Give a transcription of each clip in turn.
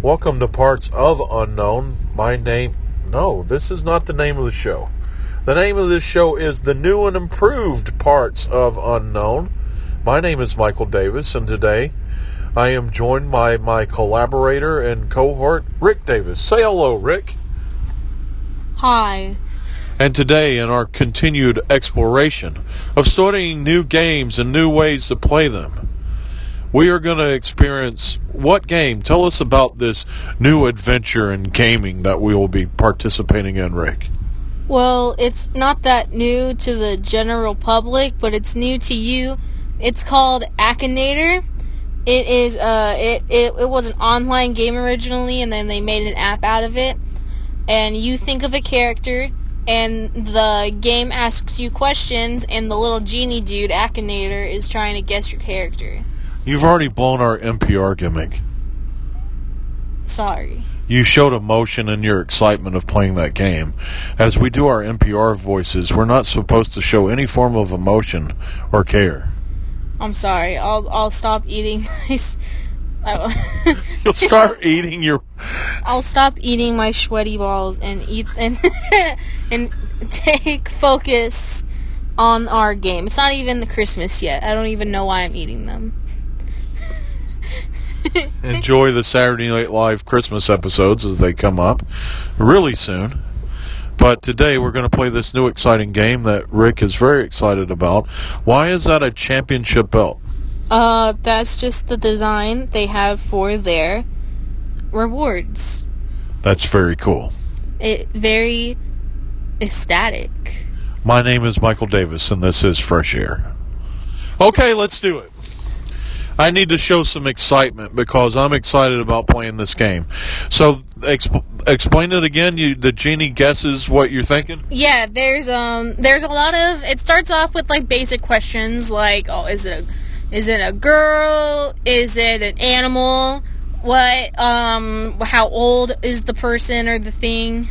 Welcome to Parts of Unknown. My name. No, this is not the name of the show. The name of this show is The New and Improved Parts of Unknown. My name is Michael Davis, and today I am joined by my collaborator and cohort, Rick Davis. Say hello, Rick. Hi. And today, in our continued exploration of studying new games and new ways to play them, we are going to experience what game? Tell us about this new adventure in gaming that we will be participating in, Rick. Well, it's not that new to the general public, but it's new to you. It's called Akinator. It is uh it, it it was an online game originally and then they made an app out of it. And you think of a character and the game asks you questions and the little genie dude Akinator is trying to guess your character. You've already blown our NPR gimmick. Sorry. You showed emotion in your excitement of playing that game. As we do our NPR voices, we're not supposed to show any form of emotion or care. I'm sorry. I'll I'll stop eating my s- I- You'll start eating your. I'll stop eating my sweaty balls and eat and and take focus on our game. It's not even the Christmas yet. I don't even know why I'm eating them. Enjoy the Saturday Night Live Christmas episodes as they come up really soon. But today we're going to play this new exciting game that Rick is very excited about. Why is that a championship belt? Uh, that's just the design they have for their rewards. That's very cool. It very ecstatic. My name is Michael Davis, and this is Fresh Air. Okay, let's do it. I need to show some excitement because I'm excited about playing this game. So, exp- explain it again. You, the genie guesses what you're thinking. Yeah, there's um there's a lot of it starts off with like basic questions like oh is it a is it a girl? Is it an animal? What um how old is the person or the thing?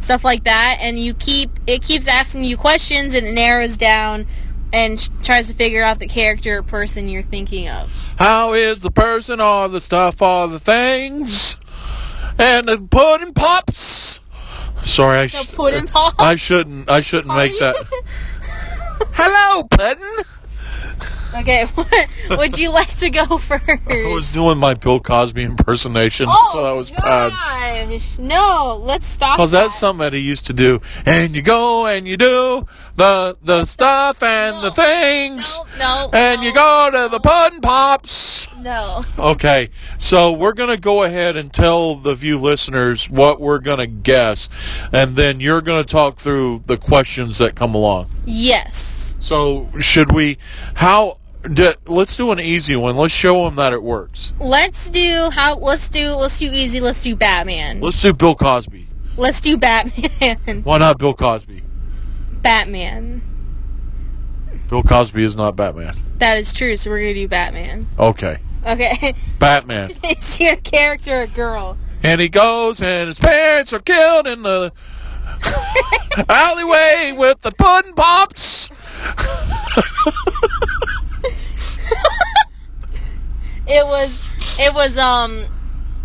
Stuff like that and you keep it keeps asking you questions and it narrows down and sh- tries to figure out the character or person you're thinking of. How is the person or the stuff or the things? And the pudding pops. Sorry, I, sh- pudding pops? I shouldn't. I shouldn't make that. Hello, pudding. okay, what would you like to go first? I was doing my Bill Cosby impersonation, Oh, so that was bad. gosh. No, let's stop. Cause that. that's something that he used to do. And you go and you do the the stuff and the No. things. No, no, and you go to the pudding pops. No. Okay, so we're gonna go ahead and tell the view listeners what we're gonna guess, and then you're gonna talk through the questions that come along. Yes. So should we? How? d let's do an easy one. Let's show them that it works. Let's do how let's do let's do easy, let's do Batman. Let's, Let's do Bill Cosby. do Batman. Why not Bill Cosby? Batman. Bill Cosby is not Batman. That is true, so we're gonna do Batman. Okay, Okay. Batman. is your character a girl? And he goes, and his parents are killed in the alleyway with the pudding pops. It was it was um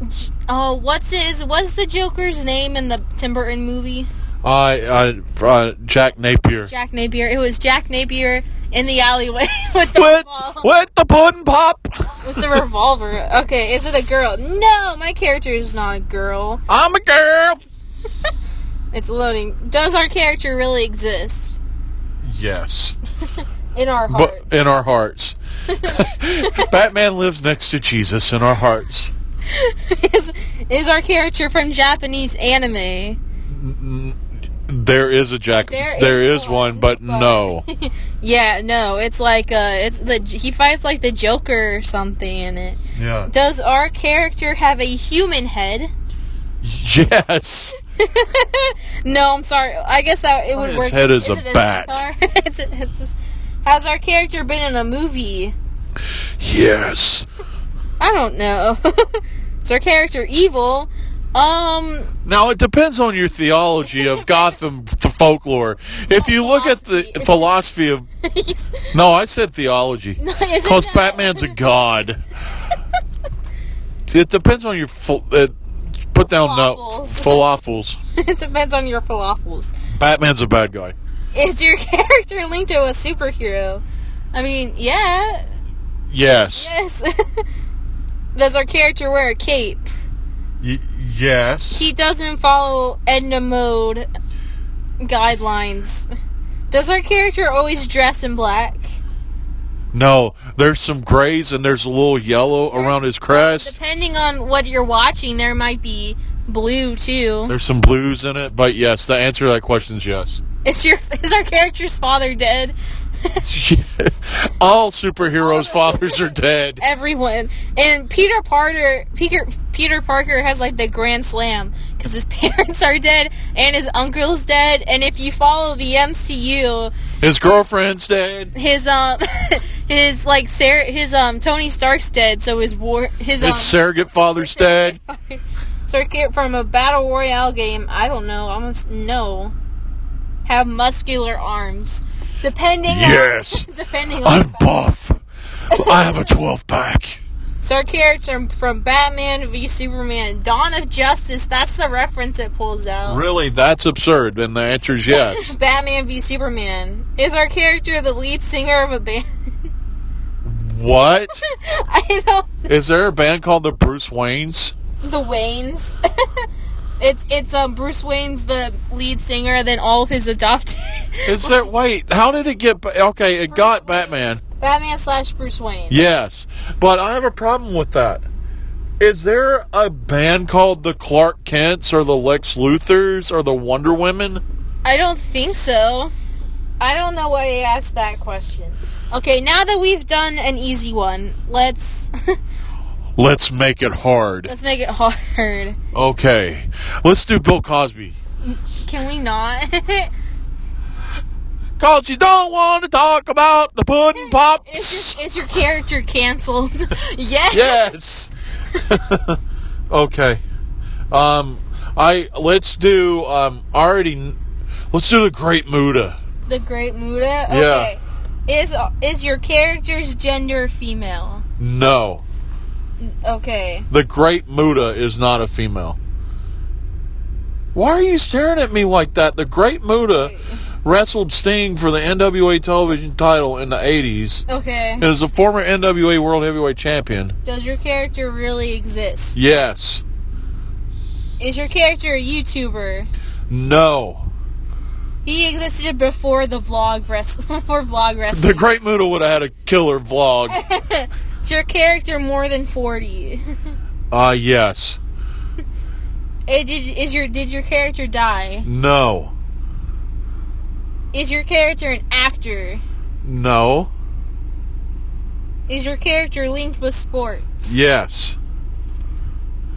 J- oh what's his what's the Joker's name in the Tim Burton movie? I, I, uh, Jack Napier. Jack Napier. It was Jack Napier in the alleyway with the With, ball- with the pudding pop. with the revolver. Okay, is it a girl? No, my character is not a girl. I'm a girl. It's loading. Does our character really exist Yes, in our but hearts? in our hearts, Batman lives next to Jesus in our hearts. is, is our character from Japanese anime? There is a Jack. There there is is, one, one, but, but- no. Yeah, no, it's like uh, it's the he fights like the Joker or something in it. Yeah. Does our character have a human head? Yes. No, I'm sorry. I guess that it would His work. head is a it bat. centaur? it's a, it's a, has our character been in a movie? Yes. I don't know. Is our character evil? Um, Now it depends on your theology of Gotham to folklore. If you look at the philosophy of he's- no, I said theology isn't because that- Batman's a god. It depends on your fl- uh, put down no falafels. it depends on your falafels. Batman's a bad guy. Is your character linked to a superhero? I mean, yeah. Yes. Yes. Does our character wear a cape? Y- yes. He doesn't follow Edna Mode guidelines. Does our character always dress in black? no, there's some grays and there's a little yellow around his crest. Depending on what you're watching, there might be blue too. There's some blues in it, but yes, the answer to that question is yes. Is your is our character's father dead? All superheroes' fathers are dead. Everyone and Peter Parker, Peter Peter Parker has like the grand slam because his parents are dead and his uncle's dead. And if you follow the MCU, His girlfriend's dead. his um his like Sarah his um Tony Stark's dead, so his war his um His surrogate father's dead. circuit from a battle royale game. I don't know. I must no have muscular arms. Depending on- Yes. depending on I'm buff. I have a 12 pack. It's our character from Batman v Superman, Dawn of Justice. That's the reference it pulls out. Really, that's absurd, and the answer is yes. Batman v Superman. Is our character the lead singer of a band? What? I know Is there a band called the Bruce Waynes? the Waynes. it's it's um Bruce Wayne's the lead singer, then all of his adopted Is there? Wait, how did it get? ba- Okay, it got Batman. Batman slash Bruce Wayne. Yes, but I have a problem with that. Is there a band called the Clark Kents or the Lex Luthers or the Wonder Women? I don't think so. I don't know why you asked that question. Okay, now that we've done an easy one, let's Let's make it hard. let's make it hard. Okay, let's do Bill Cosby. Can we not? Cause you don't want to talk about the pudding Is pops. your, is your character canceled? Yes. yes. okay. Um, I let's do. Um, I already. kn- Let's do the Great Muda. The Great Muda. Okay. Is is your character's gender female? No, Okay. the Great Muda is not a female. Why are you staring at me like that? The Great Muda wrestled Sting for the NWA television title in the 80s Okay. and is a former NWA World Heavyweight Champion. Does your character really exist? Yes. Is your character a YouTuber? No. He existed before the vlog rest before vlog The wrestling. Great Muda would have had a killer vlog. Is your character more than forty? Ah, yes. Eh, did is your did your character die? No. Is your character an actor? No. Is your character linked with sports? Yes.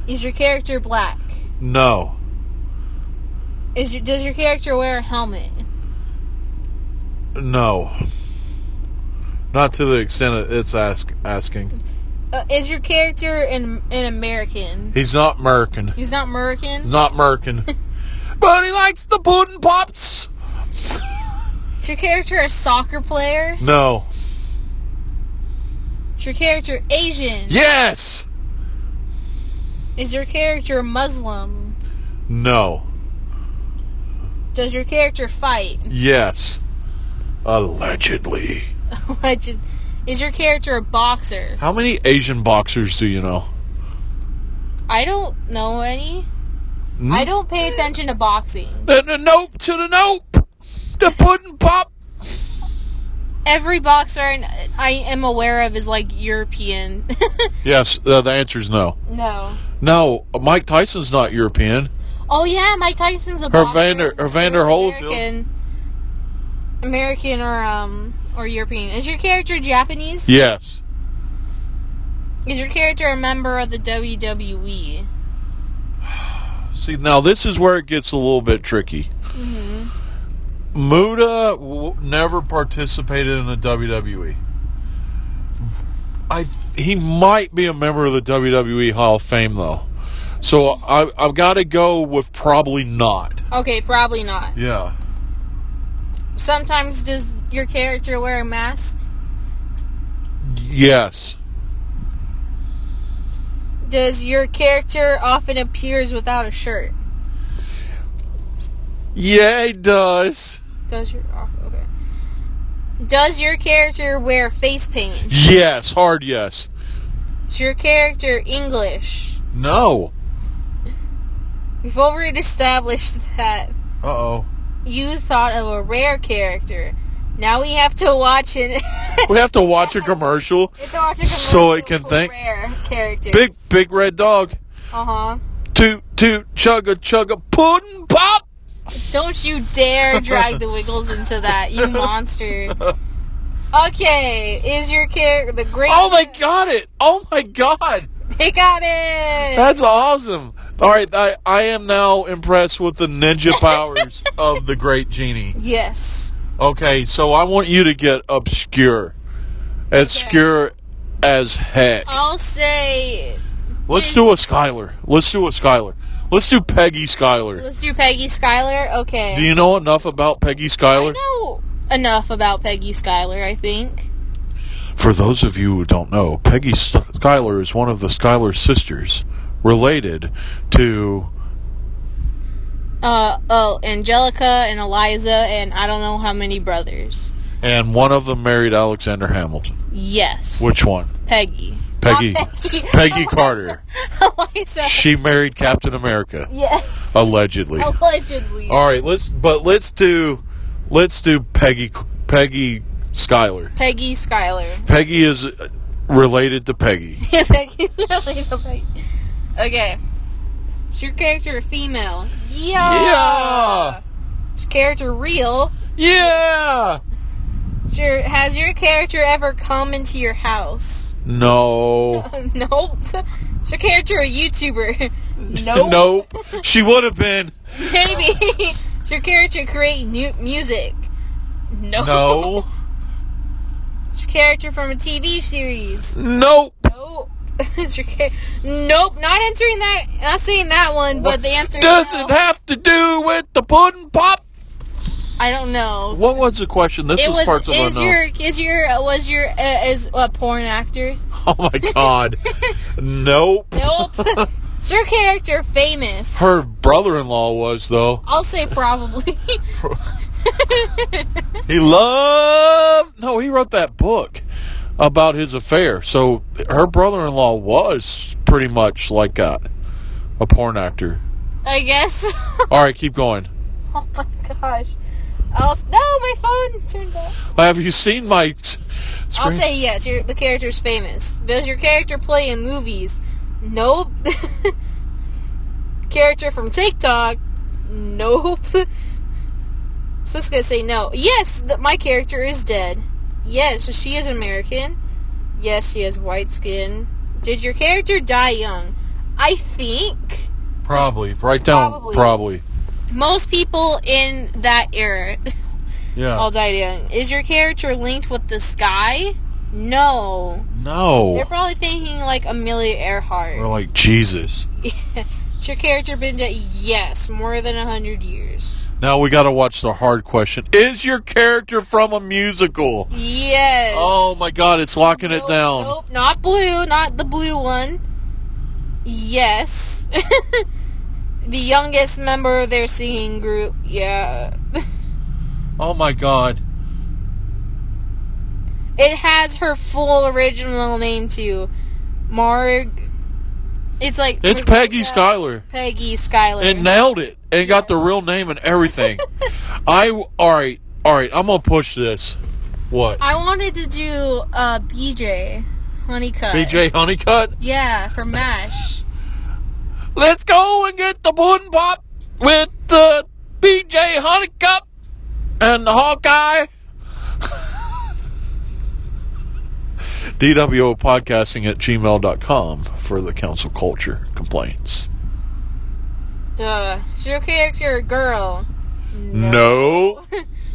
Is your character black? No. Is your, does your character wear a helmet? No. Not to the extent of it's ask, asking. Uh, is your character an, an American? He's not American. He's not American. He's not American. but he likes the pudding pops. Is your character a soccer player? No. Is your character Asian? Yes. Is your character Muslim? No. Does your character fight? Yes. Allegedly. Legend. Is your character a boxer? How many Asian boxers do you know? I don't know any. I don't pay attention to boxing. The, the nope to the nope. The pudding pop. Every boxer I I am aware of is like European. Yes, uh, the answer is no. no. No, Mike Tyson's not European. Oh yeah, Mike Tyson's a Her boxer. Vander- her Vander Holyfield. American, American or um or European. Is your character Japanese? Yes. Is your character a member of the E? WWE? See, now this is where it gets a little bit tricky. Mm-hmm. Muda w- never participated in the WWE. I he might be a member of the WWE Hall of Fame though, so I, I've got to go with probably not. Okay, probably not. Yeah. Sometimes does your character wear a mask? Yes. does your character often appears without a shirt? Yeah, it does. Does your oh, okay? Does your character wear face paint? Yes, hard yes. Is your character English? No. We've already established that Uh oh. you thought of a rare character. Now we have to watch it. We have to watch a commercial. we have to watch a So it commercial can for think. Rare characters. Big, big red dog. Uh huh. Toot, toot, chugga, chugga, puddin' pop. Don't you dare drag the Wiggles into that, you monster. Okay, is your character the great? Oh, they got it. Oh, my God. They got it. That's awesome. All right, I, I am now impressed with the ninja powers of the great genie. yes. Okay, so I want you to get obscure. Obscure as heck. I'll say. Let's do a Skylar. Let's do a Skylar. Let's do Peggy Skylar. Let's do Peggy Skyler. Okay. Do you know enough about Peggy I Skylar? know enough about Peggy Skyler, I think. For those of you who don't know, Peggy St- Skylar is one of the Skylar sisters, related to Uh oh, Angelica and Eliza and I don't know how many brothers. and one of them married Alexander Hamilton. Yes. Which one? Peggy. Peggy. Not Peggy. Peggy Carter. Eliza. She married Captain America, yes. allegedly. Allegedly. All right, let's but let's do let's do Peggy Peggy Skylar. Peggy Skyler. Peggy is uh, related to Peggy. Peggy's really the Peggy. Okay. Is your character a female? Yeah. Is your character real? Yeah. Is your, has your character ever come into your house? No. nope. Is your character a YouTuber? nope. Nope. She would have been. Maybe. Does your character create new music? No. No. Is your character from a TV series? Nope. Nope. Is your cha- nope. Not answering that. Not saying that one, but the answer is Does no. it have to do with the pudding pop? I don't know. What was the question? This it is was. parts of is unknown. your is your uh, was your uh, is a porn actor? Oh my god. nope. Nope. is your character famous? Her brother-in-law was though. I'll say probably. He loved. No, he wrote that book about his affair. So her brother-in-law was pretty much like that, a porn actor. I guess. All right, keep going. oh my gosh. I'll s- no, my phone turned off. Have you seen my s- I'll screen? say yes. Your, the character's famous. Does your character play in movies? Nope. character from TikTok? Nope. So it's gonna say no. Yes, th- my character is dead. Yes, she is American. Yes, she has white skin. Did your character die young? I think probably. Write down Probably. probably. most people in that era Yeah. all died young. Is your character linked with the sky? No. They're no. probably thinking like Amelia We're Earhart. like Jesus. Has your character been dead? Yes, more than a hundred years. Now we got to watch the hard question. Is your character from a musical? Yes. Oh my God! It's locking it Nope, down. Nope, not blue, not the blue one. Yes. the youngest member of their singing group. Yeah. Oh my God! It has her full original name too. Marg. It's like It's Peggy Schuyler. Peggy Skyler. and nailed it and got the real name and everything. I all right, all right. I'm gonna push this. What? I wanted to do uh, BJ Honeycutt. BJ Honeycutt. Yeah, for MASH. Let's go and get the pudding pop with the BJ Honeycutt and the Hawkeye. DWO podcasting at gmail.com for the council culture complaints. Uh, is your character a girl? No,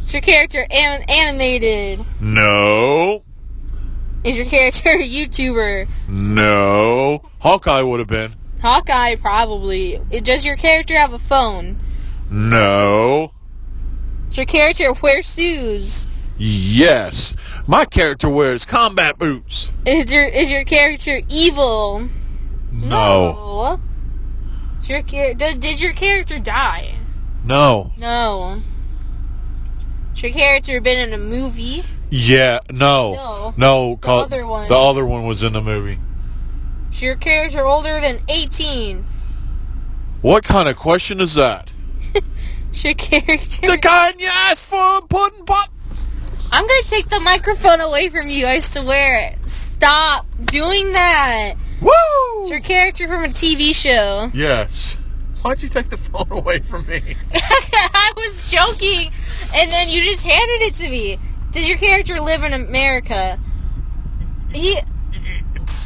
Is your character an- animated? no, Is your character a YouTuber? no. Hawkeye would have been. Hawkeye, probably. It- Does your character have a phone? No. Does your character wear shoes? Yes, my character wears combat boots. Is your is your character evil? No. No. Is your char- did, did your character die? No. No. Has your character been in a movie? Yeah. No. No. No. call- other one. The other one was in the movie. Is your character older than 18? What kind of question is that? Is your character... The kind you asked for, pudding pop. I'm gonna take the microphone away from you, I swear it. Stop doing that. It's Woo! your character from a TV show. Yes. Why'd you take the phone away from me? I was joking, and then you just handed it to me. Does your character live in America? He,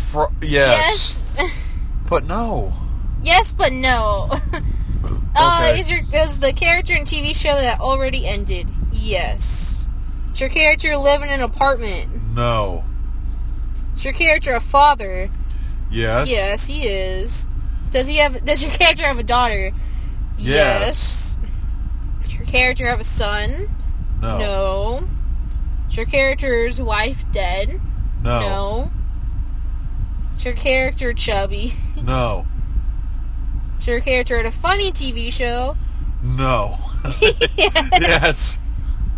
Fr- yes. yes. But no. Yes, but no. Uh, Okay. is your is the character in TV show that already ended? Yes. Does your character live in an apartment? No. Is your character a father? Yes. Yes, he is. Does he have? Does your character have a daughter? Yes. Yes. Does your character have a son? No. No. Is your character's wife dead? No. No. Is your character chubby? No. No. Is your character in a funny TV show? yes.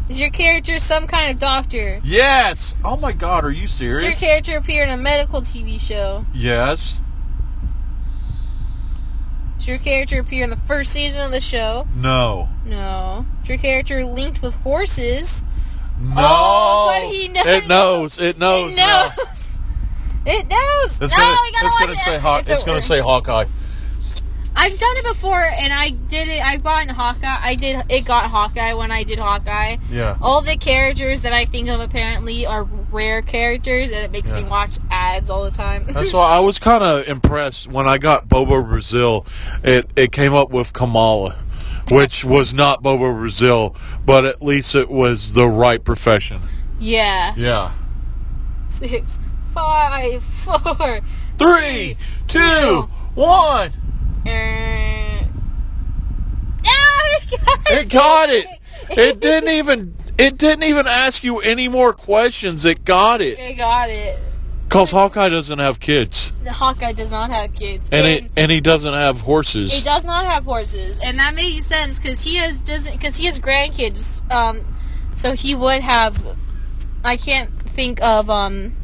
Is your character some kind of doctor? Yes. Oh my God, are you Does your serious? character appear in a medical TV show? Yes. Does your character appear in the first season of the show? No. No. Is your character linked with horses? No. Oh, but he knows. It knows. It knows. it now. knows. It knows. It's no, gonna. I gotta it's watch gonna it. say Haw- It's, over. gonna say Hawkeye. I've done it before, and I did it. I bought in Hawkeye. I did. It got Hawkeye when I did Hawkeye. Yeah. All the characters that I think of apparently are rare characters, and it makes me Yeah. watch ads all the time. That's why I was kind of impressed when I got Bobo Brazil. It it came up with Kamala, which was not Bobo Brazil, but at least it was the right profession. yeah. Yeah. Six, five, four. Three, two, one. And... Oh, It got it. It didn't even. It didn't even ask you any more questions. It got it. It got it. Cause Hawkeye doesn't have kids, The Hawkeye does not have kids, and it and he doesn't have He horses. does not have horses, and that makes sense because he has doesn't because he has grandkids. Um, so he would have. I can't think of um.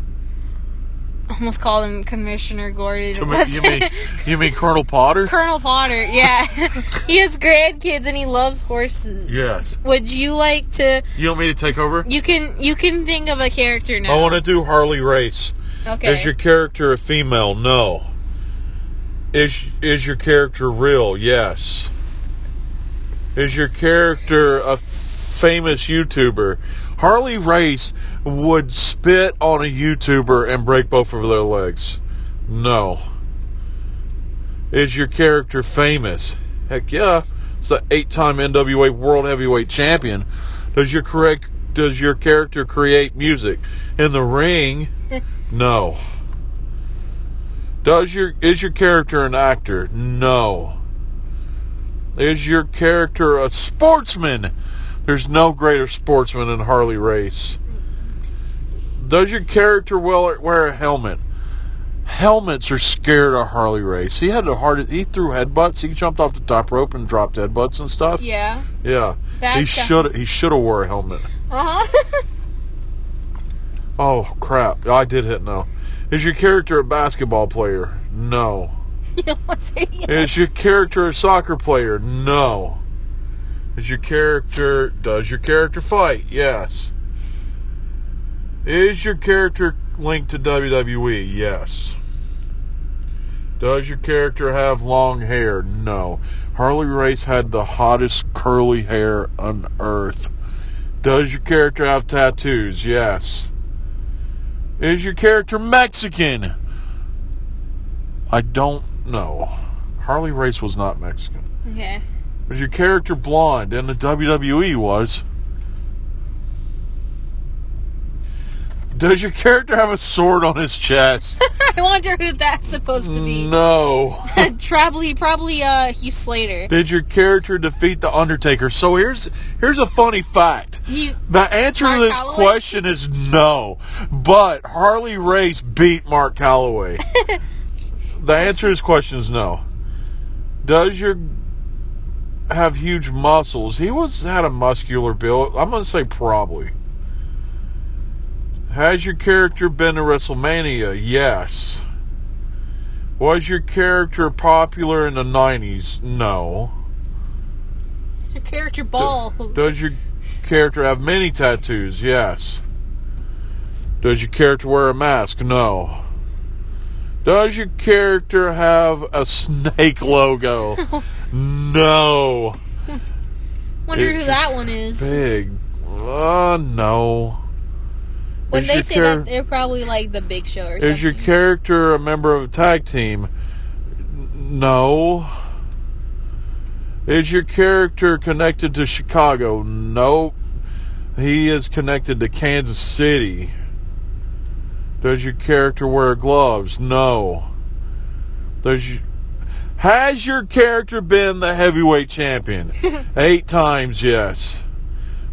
I Almost called him Commissioner Gordon. It you wasn't. mean you mean Colonel Potter? Colonel Potter? Yeah, he has grandkids and he loves horses. Yes. Would you like to? You want me to take over? You can you can think of a character now. I want to do Harley Race. okay. Is your character a female? No. Is is your character real? Yes. Is your character a famous YouTuber? Harley Race would spit on a YouTuber and break both of their legs. No. Is your character famous? Heck yeah. It's the eight-time NWA World Heavyweight Champion. Does your correct does your character create music in the ring? No. Does your is your character an actor? No. Is your character a sportsman? There's no greater sportsman than Harley Race. Does your character wear, wear a helmet? Helmets are scared of Harley Race. He had the hard. He threw headbutts. He jumped off the top rope and dropped headbutts and stuff. yeah. Yeah. he That's a- should. He should have wore a helmet. Uh huh. Oh crap! I did hit no. Is your character a basketball player? No. you almost said yeah. Is your character a soccer player? No. Is your character does your character fight? Yes. Is your character linked to WWE? Yes. Does your character have long hair? No. Harley Race had the hottest curly hair on earth. Does your character have tattoos? Yes. Is your character Mexican? I don't know. Harley Race was not Mexican. Okay. Was your character blonde? And the WWE was. Does your character have a sword on his chest? I wonder who that's supposed to be. no. probably probably uh Heath Slater. Did your character defeat the Undertaker? So here's here's a funny fact. He The answer Mark to this Calloway? question is no. But Harley Race beat Mark Calloway. the answer to his question is no. Does your have huge muscles? He was had a muscular build. I'm gonna say probably. Has your character been to WrestleMania? Yes. Was your character popular in the 90s? No. It's your character ball. Does your character have many tattoos? Yes. Does your character wear a mask? No. Does your character have a snake logo? no. Wonder it's who that one is. Big. Uh, no. when is they your say char- that, they're probably like the Big Show or something. Is your character a member of a tag team? N- No. Is your character connected to Chicago? No. He is connected to Kansas City. Does your character wear gloves? No. Does you, has your character been the heavyweight champion? Eight times, yes.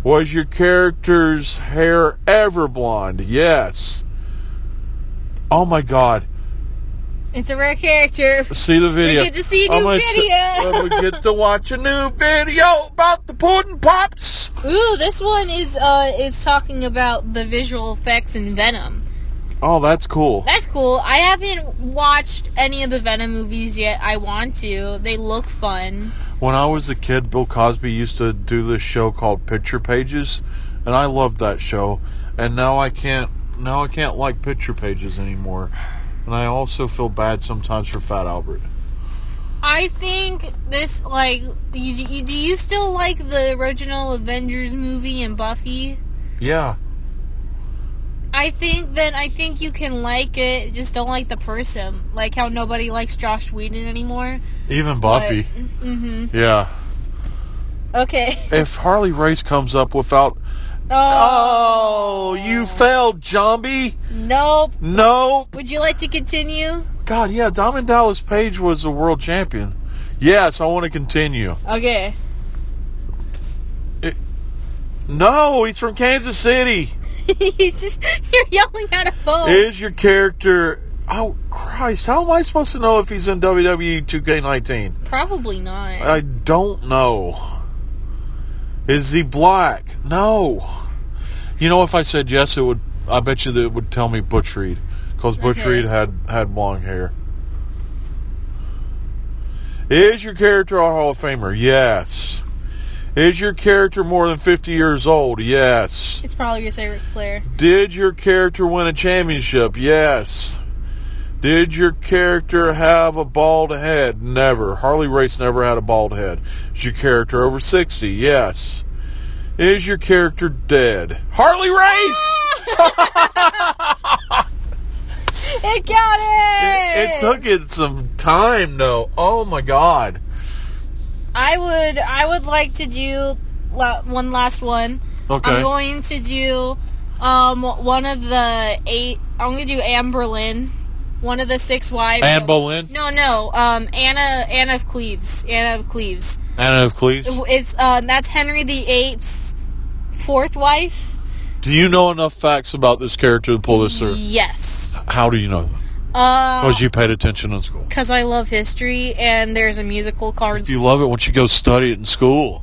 Was your character's hair ever blonde? Yes. Oh my God! it's a rare character. See the video. get to see a new gonna video. I'm gonna get to watch a new video about the pudding pops. Ooh, this one is uh is talking about the visual effects in Venom. Oh, that's cool. That's cool. I haven't watched any of the Venom movies yet. I want to. They look fun. When I was a kid, Bill Cosby used to do this show called Picture Pages, and I loved that show. And now I can't. Now I can't like Picture Pages anymore. And I also feel bad sometimes for Fat Albert. I think this like you, you, do you still like the original Avengers movie and Buffy? Yeah. I think then I think you can like it, just don't like the person. Like how nobody likes Josh Whedon anymore. Even Buffy. Mm-hmm. Yeah. Okay. If Harley Race comes up without, oh, you failed, zombie. Nope. Nope. Would you like to continue? God, yeah, Diamond Dallas Page was the world champion. Yes, I want to continue. Okay. No, he's from Kansas City. you just you're yelling at a phone. Is your character? Oh Christ! How am I supposed to know if he's in E WWE 2K19? Probably not. I don't know. Is he black? No. You know, if I said yes, it would. I bet you that it would tell me Butch Reed, because Butch Okay. Reed had had blonde hair. Is your character a Hall of Famer? Yes. Is your character more than fifty years old? Yes. it's probably your favorite Flair. Did your character win a championship? Yes. Did your character have a bald head? Never. Harley Race never had a bald head. Is your character over 60? Yes. Is your character dead? Harley Race! It got it. It took it some time though. Oh my god. I would I would like to do la- one last one. I'm Okay. going to do um one of the eight. I'm going to do Anne Boleyn, one of the six wives. Anne Boleyn? No, no. Um, Anna Anna of Cleves. Anna of Cleves. Anna of Cleves. It's um that's Henry VIII's fourth wife. Do you know enough facts about this character to pull this through? Yes. How do you know them? Uh, Because you paid attention in school. because I love history, and there's a musical called. If you love it, once you go study it in school.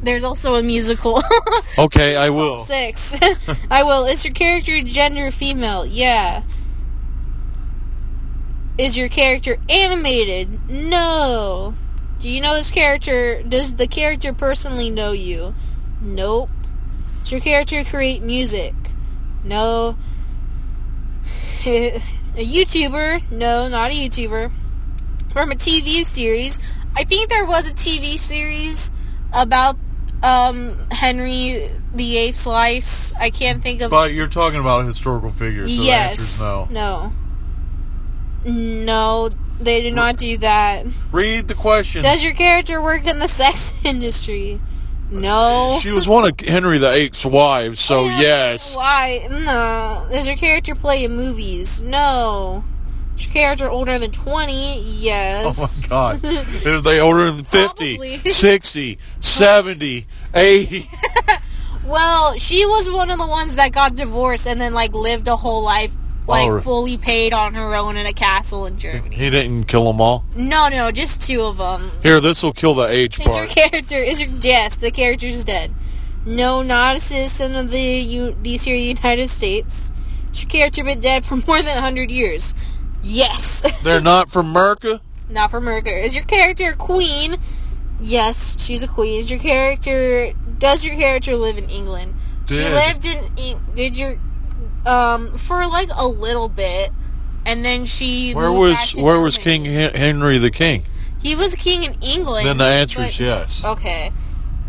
There's also a musical. Okay, I will. Six. I will. Is your character gender female? Yeah. Is your character animated? No. Do you know this character? Does the character personally know you? Nope. Does your character create music? No. a YouTuber? No, not a YouTuber. From a TV series. I think there was a TV series about um Henry VIII's life. I can't think of But you're talking about a historical figure, so yes. the answer is no. No. No, they did not do that. Read the question. Does your character work in the sex industry? No. she was one of Henry VIII's wives, so Oh, Yeah, Oh, yes. Why? No. Does your character play in movies? No. Is your character older than 20? Oh Yes. my God. if they older than 50, Probably. 60, 70, 80. Well, she was one of the ones that got divorced and then, like, lived a whole life like Oh, re- fully paid on her own in a castle in Germany. He didn't kill them all. No, no, just two of them. Here, this will kill the age Is your part. character is your yes, the character's dead. No, not a citizen of the U- these here United States. Has your character been dead for more than hundred years? Yes. They're not from America. not for murder. Is your character a queen? Yes, she's a queen. Is your character does your character live in England? She Did. lived in Eng- did your um for like a little bit and then she Where moved back was to Where was King Germany. Hen- Henry the King? He was king in England. Then the answer but- Oh. is yes. Okay.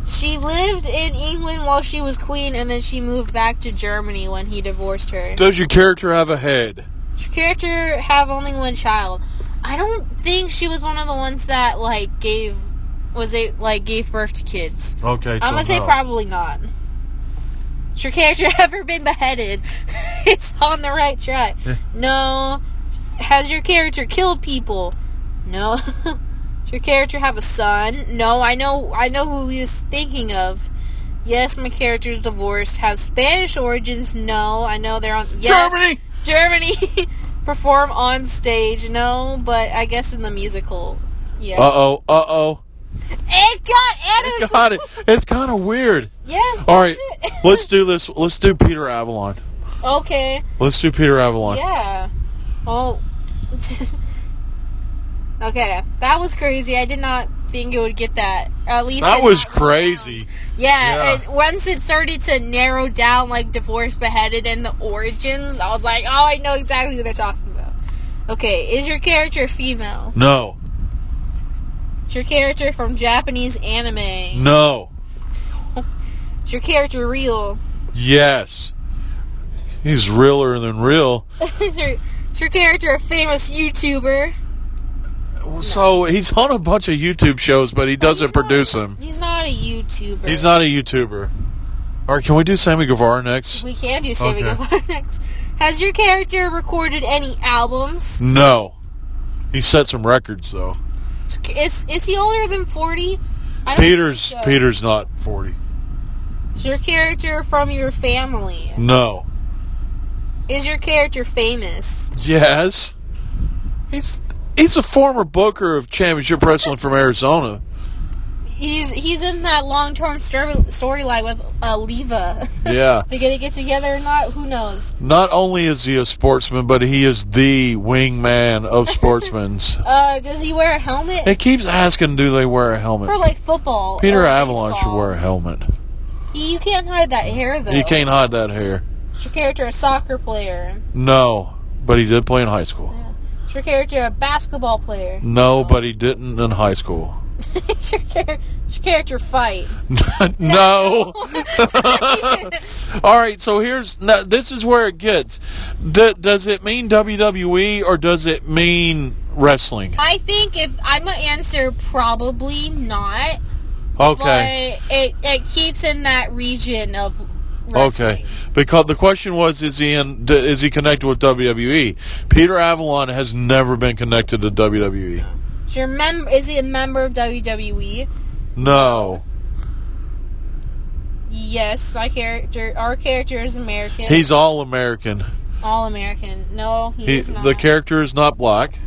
She lived in England while she was queen, and then she moved back to Germany when he divorced her. Does your character have a head? Does your character have only one child? I don't think she was one of the ones that like gave was it like gave birth to kids. Okay, so I'm gonna say no. probably not. Has your character ever been beheaded? it's on the right track. Yeah. No. Has your character killed people? No. Does your character have a son? No. I know. I know who he was thinking of. Yes, my character's divorced. Have Spanish origins? No. I know they're on. Yes. Germany. Germany. Perform on stage? No, but I guess in the musical. Yeah. Uh oh. Uh oh. it got edited. Got it. It's kind of weird. Yes. All right, that's it. let's do this. Let's do Peter Avalon. Okay. Let's do Peter Avalon. Yeah. Oh. okay. That was crazy. I did not think it would get that. At least That it was not crazy. sounds. Yeah, Yeah. And once it started to narrow down, like divorce, beheaded, and the origins, I was like, oh, I know exactly who they're talking about. Okay. Is your character female? No. Is your character from Japanese anime? No. Is your character real? Yes. He's realer than real. is, your, is your character a famous YouTuber? So he's on a bunch of YouTube shows, but he doesn't He's not- produce them. He's not a YouTuber. He's not a YouTuber. All right, can we do Sammy Guevara next? We can do Saving Okay. Up Our Next. Has your character recorded any albums? No. He set some records though. Is is he older than forty? I don't Peter's think so. Peter's not forty. Is your character from your family? No. Is your character famous? Yes. He's he's a former booker of championship wrestling from Arizona. He's he's in that long term storyline with uh, Leva. Yeah. They gonna get together or not? Who knows? Not only is he a sportsman, but he is the wingman of sportsmen's. Uh, does he wear a helmet It keeps asking, do they wear a helmet? for like football? Peter or Avalon should baseball? wear a helmet. You can't hide that hair though. You can't hide that hair. Is your character a soccer player? No, but he did play in high school. Is your character a basketball player? No, but he didn't in high school. Is your, char- is your character fight? no. All right, so here's now, this is where it gets. D- does it mean WWE or does it mean wrestling? I think if I'm gonna answer, probably not. Okay. But it it keeps in that region of. Wrestling. Okay, because the question was, is he in? d- Is he connected with WWE? Peter Avalon has never been connected to E. WWE. Is, your mem- is he a member of E? WWE? No, Yes, my character, our character is American, he's all American. all American. No, he, He, is not. the character is not black.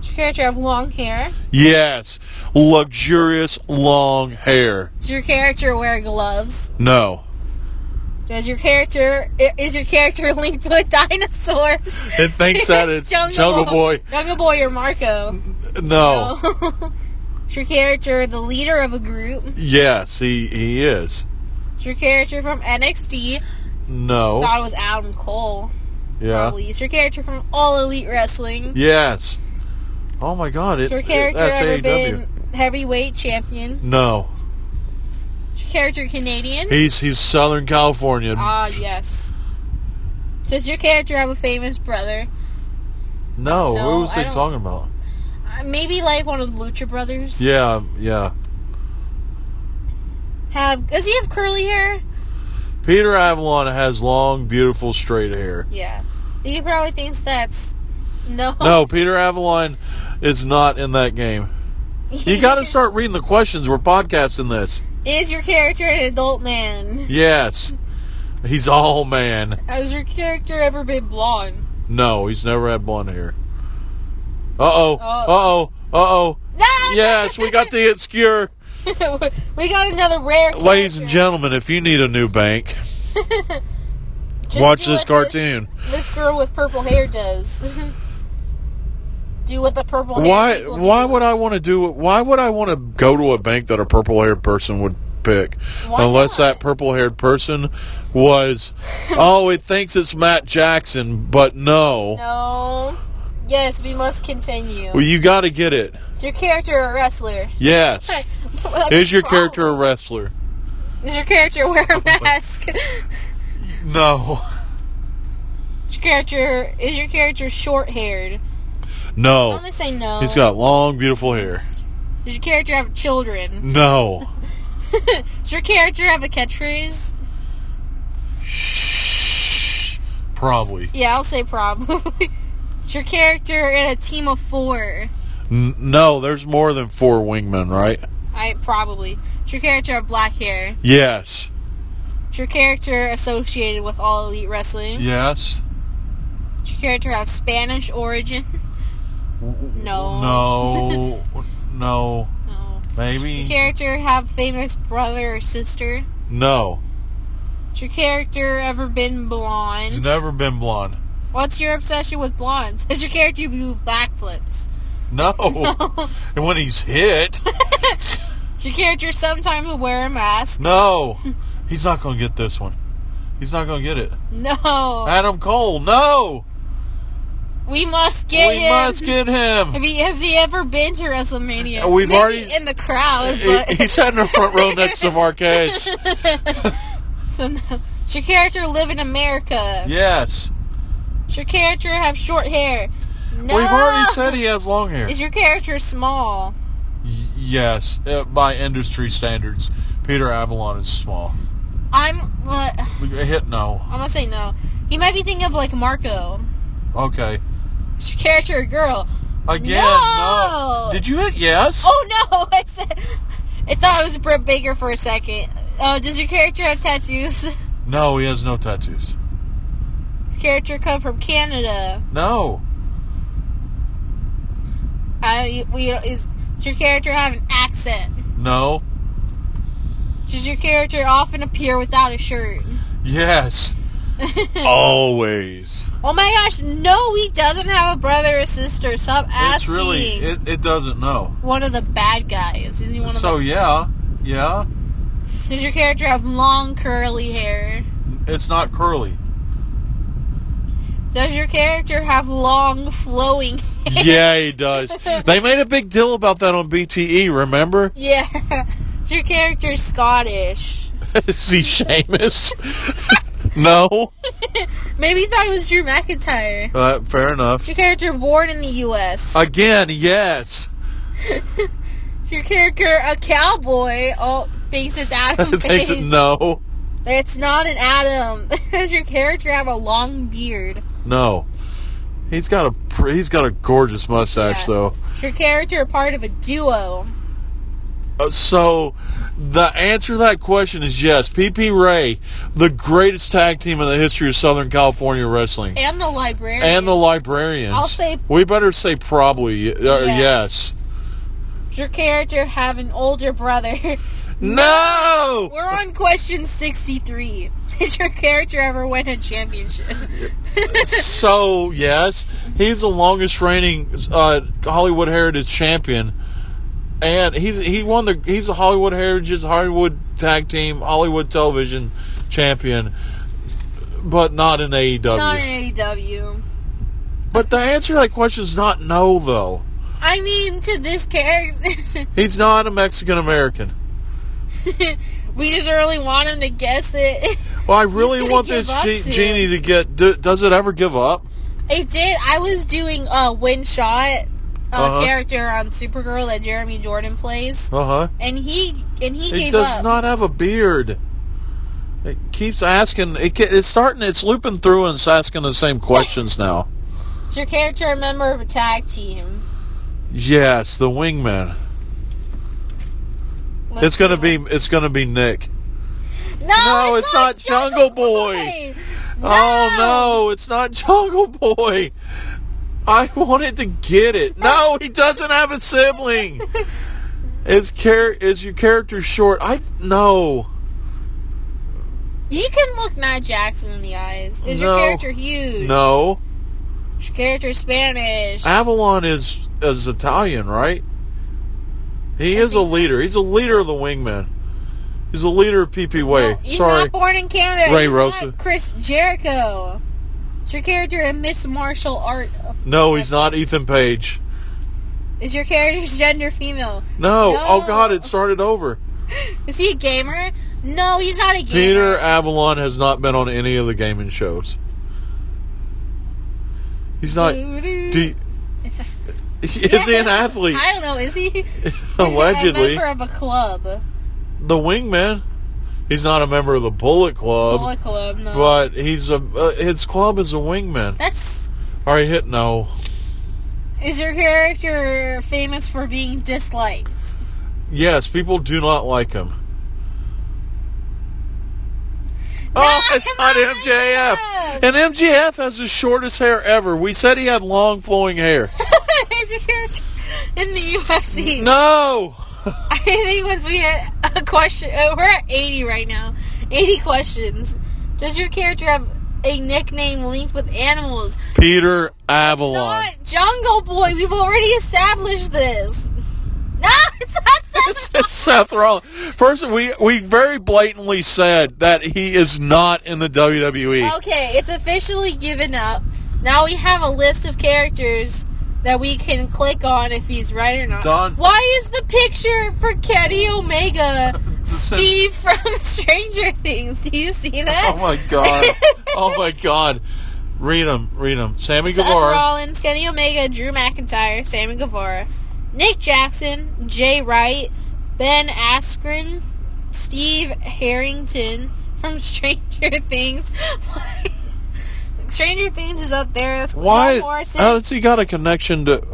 Does your character have long hair? Yes, luxurious long hair. Does your character wear gloves? No, Does your character i- is your character linked with dinosaurs? it thinks that it's Jungle Boy. Jungle Boy or Marco? No, is your character the leader of a group? yes, he he is. Is your character from NXT? No, Thought it was Adam Cole. yeah, Probably. Is your character from All Elite Wrestling? yes. Oh my God, it, Is your it- character that's E ever AEW. been heavyweight champion? No, Is your character Canadian? he's he's Southern Californian. Ah, yes. Does your character have a famous brother? No, No, what was I they don't- talking about? Uh, maybe like one of the Lucha Brothers. Yeah, yeah. Have does he have curly hair? Peter Avalon has long, beautiful, straight hair. Yeah. He probably thinks that's no. No, Peter Avalon is not in that game. You got to start reading the questions. We're podcasting this. Is your character an adult man? Yes, he's all man. Has your character ever been blonde? No, he's never had blonde hair. Uh oh. Uh oh. Uh oh. No! Yes, we got the obscure. we got another rare. Ladies and character. gentlemen, if you need a new bank, Just watch do this what cartoon. This, this girl with purple hair does. do what the purple hair. Why? people Why do. would I want to do? Why would I want to go to a bank that a purple-haired person would pick? Why Unless not? that purple-haired person was, oh, it thinks it's Matt Jackson, but no. No. Yes, we must continue. Well, you got to get it. Is your character a wrestler? Yes. What's Is your wrong? character a wrestler? Does your character wear a mask? is No. your character is your character short haired? I'm No. gonna say no. He's got long, beautiful hair. Does your character have children? No. Does your character have a catchphrase? Shh. Probably. Yeah, I'll say probably. Is your character in a team of four? N- no, there's more than four wingmen, right? I probably. Is your character have black hair? Yes. Is your character associated with all elite wrestling? Yes. Does your character have Spanish origins? No. No. no. No. Does your Maybe. character have famous brother or sister? No. Has your character ever been He's blonde? never been blonde. What's your obsession with blondes? Has your character do backflips? No. and when he's hit, Does your character sometimes wear a mask? no. He's not going to get this one. He's not going to get it. No. Adam Cole, no. We must get we him. must get him. Have he, has he ever been to WrestleMania? Uh, we've Maybe already- in the crowd, He- but He's sat in the front row next to Marquez. so no. Does your character live in America? Yes. Does your character have short hair? No. We've already said he has long hair. Is your character small? Y- yes, uh, by industry standards, Peter Avalon is small. I'm. Uh, I'm We- Hit no. gonna say no. He might be thinking of like Marco. Okay. Is your character a girl? Again, No! no. Did you hit yes? Oh no! I said. I thought it was Britt Baker for a second. Oh, does your character have tattoos? Does No, he has no tattoos. your character come from Canada? No. I, we, is, does your character have an accent? No. Does your character often appear without a shirt? Yes. Always. Oh my gosh, no, he doesn't have a brother or sister. Stop asking. It's really it, it doesn't know. one of the bad guys. Isn't he one So of yeah, yeah. the, Does your character have long curly hair? It's not curly. Does your character have long flowing hair? yeah, he does. They made a big deal about that on BTE, remember? Yeah. Is your character Scottish? Is he Seamus? no. Maybe he thought it was Drew McIntyre. Uh, fair enough. Is your character born in the U.S.? Again, yes. Is your character a cowboy? Oh, thinks it's Adam. they Page. said no. It's not an Adam. Does your character have a long beard? No. He's got a pr- he's got a gorgeous mustache Yeah. though. Is your character a part of a duo? Uh, so the answer to that question is yes. PP Ray, the greatest tag team in the history of Southern California wrestling, And the librarian. and the Librarians. I'll say- we better say probably uh, Yeah. yes. Does your character have an older brother? No. We're on question 63. Did your character ever win a championship? so yes, he's the longest reigning uh, Hollywood Heritage champion, and he's he won the he's the Hollywood Heritage Hollywood Tag Team Hollywood Television champion, but not in E AEW. Not in E AEW. but the answer to that question is not no though. I mean, to this character. He's not a Mexican American. we just really want him to guess it. Well, I really gonna want give this up ge- soon. genie to get. Do, does it ever give up? It did. I was doing a win shot uh, Uh-huh. character on Supergirl that Jeremy Jordan plays, Uh huh. and he and he It gave does up. not have a beard. It keeps asking. It, ca- it's starting. It's looping through and it's asking the same questions now. Is your character a member of a tag team? Yes, the wingman. Let's It's gonna see. be. It's gonna be Nick. No, No, it's not Jungle Boy. Oh no, it's not Jungle Boy. I wanted to get it. No, he doesn't have a sibling. Is care is your character short? I no. You can look Matt Jackson in the eyes. Is your No. character huge? No. Ah, Is your character Spanish? Avalon is is Italian, right? He I is a think- leader. He's a leader of the wingmen. He's a leader of PP Way. No, he's Sorry. not born in Canada. Ray he's Rosa. not Chris Jericho. Is your character in Miss Martial Art? No, he's not Ethan Page. Is your character's gender female? No. No. Oh god, it started over. Is he a gamer? No, he's not a gamer. Peter Avalon has not been on any of the gaming shows. He's not. Doo-doo. Do you- is he an athlete? I don't know. Is he Allegedly, a member of a club? the wingman. He's not a member of the Bullet Club, Bullet club? No. but he's a. Uh, his club is a wingman. That's. All right, hit no. Is your character famous for being disliked? Yes, people do not like him. Oh, it's it's not not MJF. MJF. And MJF has the shortest hair ever. We said he had long flowing hair. is your character in the UFC? No. I think once we hit a question, uh, we're at 80 right now. 80 questions. Does your character have a nickname linked with animals? Peter Avalon. Not Jungle Boy. We've already established this. No, it's not It's Seth. it's Seth Rollins. First, we we very blatantly said that he is not in the E. WWE. okay, it's officially given up. Now we have a list of characters that we can click on if he's right or not. Done. Why is the picture for Kenny Omega Steve from Stranger Things? Do you see that? Oh my god! Oh my god! Read them, read them. Sammy Seth Guevara. Rollins, Kenny Omega, Drew McIntyre, Sammy Guevara, Nick Jackson, Jay Wright, Ben Askren, Steve Harrington from Stranger Things. Stranger Things is up there. That's Why? Oh, John Morrison. How does he got a connection to?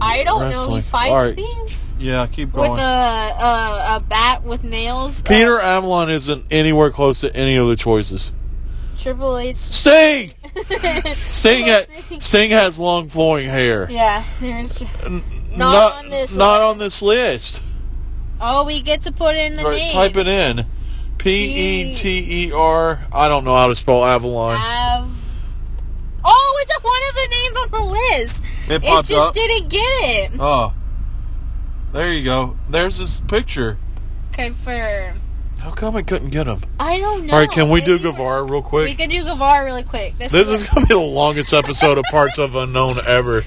I don't know. He wrestling. fights Alright, things Yeah, keep with a, going. a a bat with nails. Peter Avalon isn't anywhere close to any of the choices. Uh, Triple H. Sting. Sting, ha- Sting. Sting has long flowing hair. Yeah, there's. Not, on this Not list. on this list. Oh, we get to put in the Right, name. type it in. P P- E T E R. I don't know how to spell Avalon. Av- Oh, it's one of the names on the list. It It popped just up. didn't get it. Oh. There you go. There's his picture. Okay, for How come I couldn't get him? I don't know. All right, can we I do think we're- Guevara real We quick? can do Guevara really quick. This, This is going to be the longest episode of Parts of Unknown ever.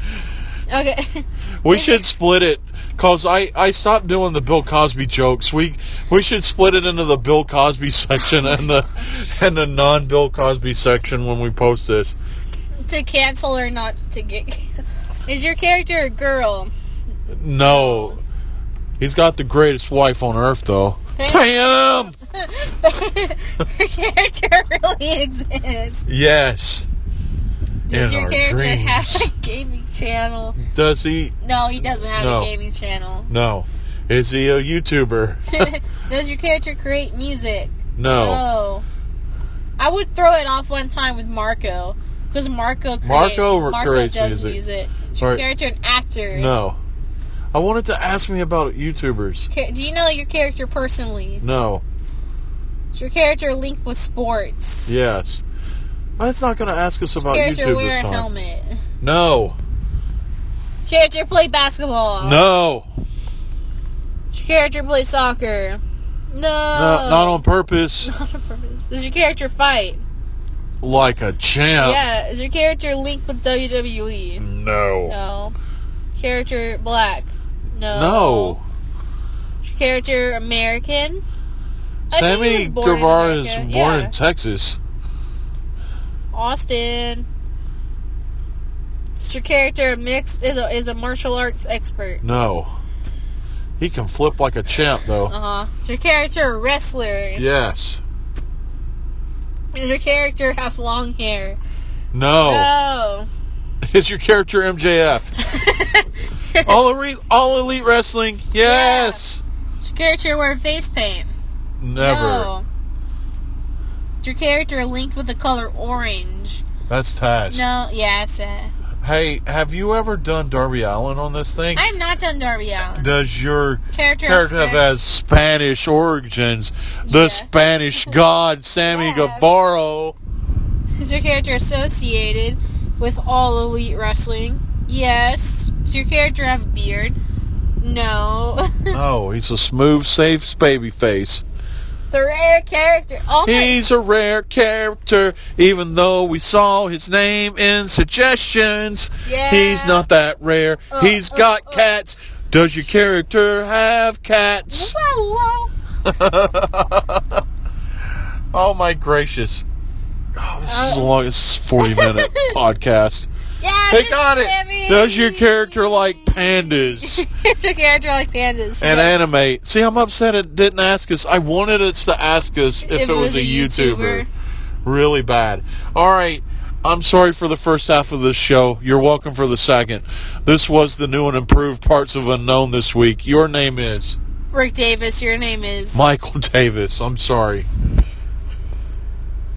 okay. We should split it because I, I stopped doing the Bill Cosby jokes. We we should split it into the Bill Cosby section and the and the non Bill Cosby section when we post this. to cancel or not to get. can- Is your character a girl? No. He's got the greatest wife on earth, though. Pam. Pam! Your character really exists. Yes. Does In your our character have dreams. a gaming channel? Does he? No, he doesn't have No. a gaming channel. No. Is he a YouTuber? Does your character create music? No. Oh. I would throw it off one time with Marco. Because Marco, create, Marco re- creates does music. music. Sorry. Character and actor. No. I wanted to ask me about YouTubers. Ca- Do you know your character personally? No. Is your character linked with sports? Yes. That's not going to ask us about Character Oh, YouTube wear this a time. helmet. No. Character play basketball. No. Does your character play soccer? No. No, not on purpose. Not on purpose. Does your character fight? Like a champ. yeah. Is your character linked with WWE? No. No. Character black? No. No. Your character American? I think he Sammy was born in Guevara is America. born yeah. in Texas. Austin. Is your character mixed is a is a martial arts expert? No. He can flip like a champ, though. Uh huh. Is your character a wrestler? Yes. Does your character have long hair? No. Oh. Is your character MJF? all elite, all elite wrestling. Yes. Does your character wear face paint? Never. No. Your character linked with the color orange. That's Tash. No, Uh, yeah, it's a. Hey, have you ever done Darby Allen on this thing? I have not done Darby Allen. Does your Character has character have Spanish- has Spanish origins? The Yeah. Spanish god Sammy Yeah. Guevara. Is your character associated with all elite wrestling? Yes. Does your character have a beard? No. Oh, he's a smooth, safe baby face. it's a rare character. Oh my, He's a rare character, even though we saw his name in suggestions. Yeah. He's not that rare. Uh, He's uh, got uh. cats. Does your character have cats? whoa, whoa. Oh my gracious! Oh, this is Mm-hmm. Uh. the longest forty-minute podcast. Yeah, They this got is it. Sammy. Does your character like pandas Is your character like pandas? and Yeah. anime? See, I'm upset it didn't ask us. I wanted it to ask us if, it was, a YouTuber. YouTuber. Really bad. All right. I'm sorry for the first half of this show. You're welcome for the second. This was the new and improved Parts of Unknown this week. Your name is Rick Davis, your name is. Michael Davis. I'm sorry.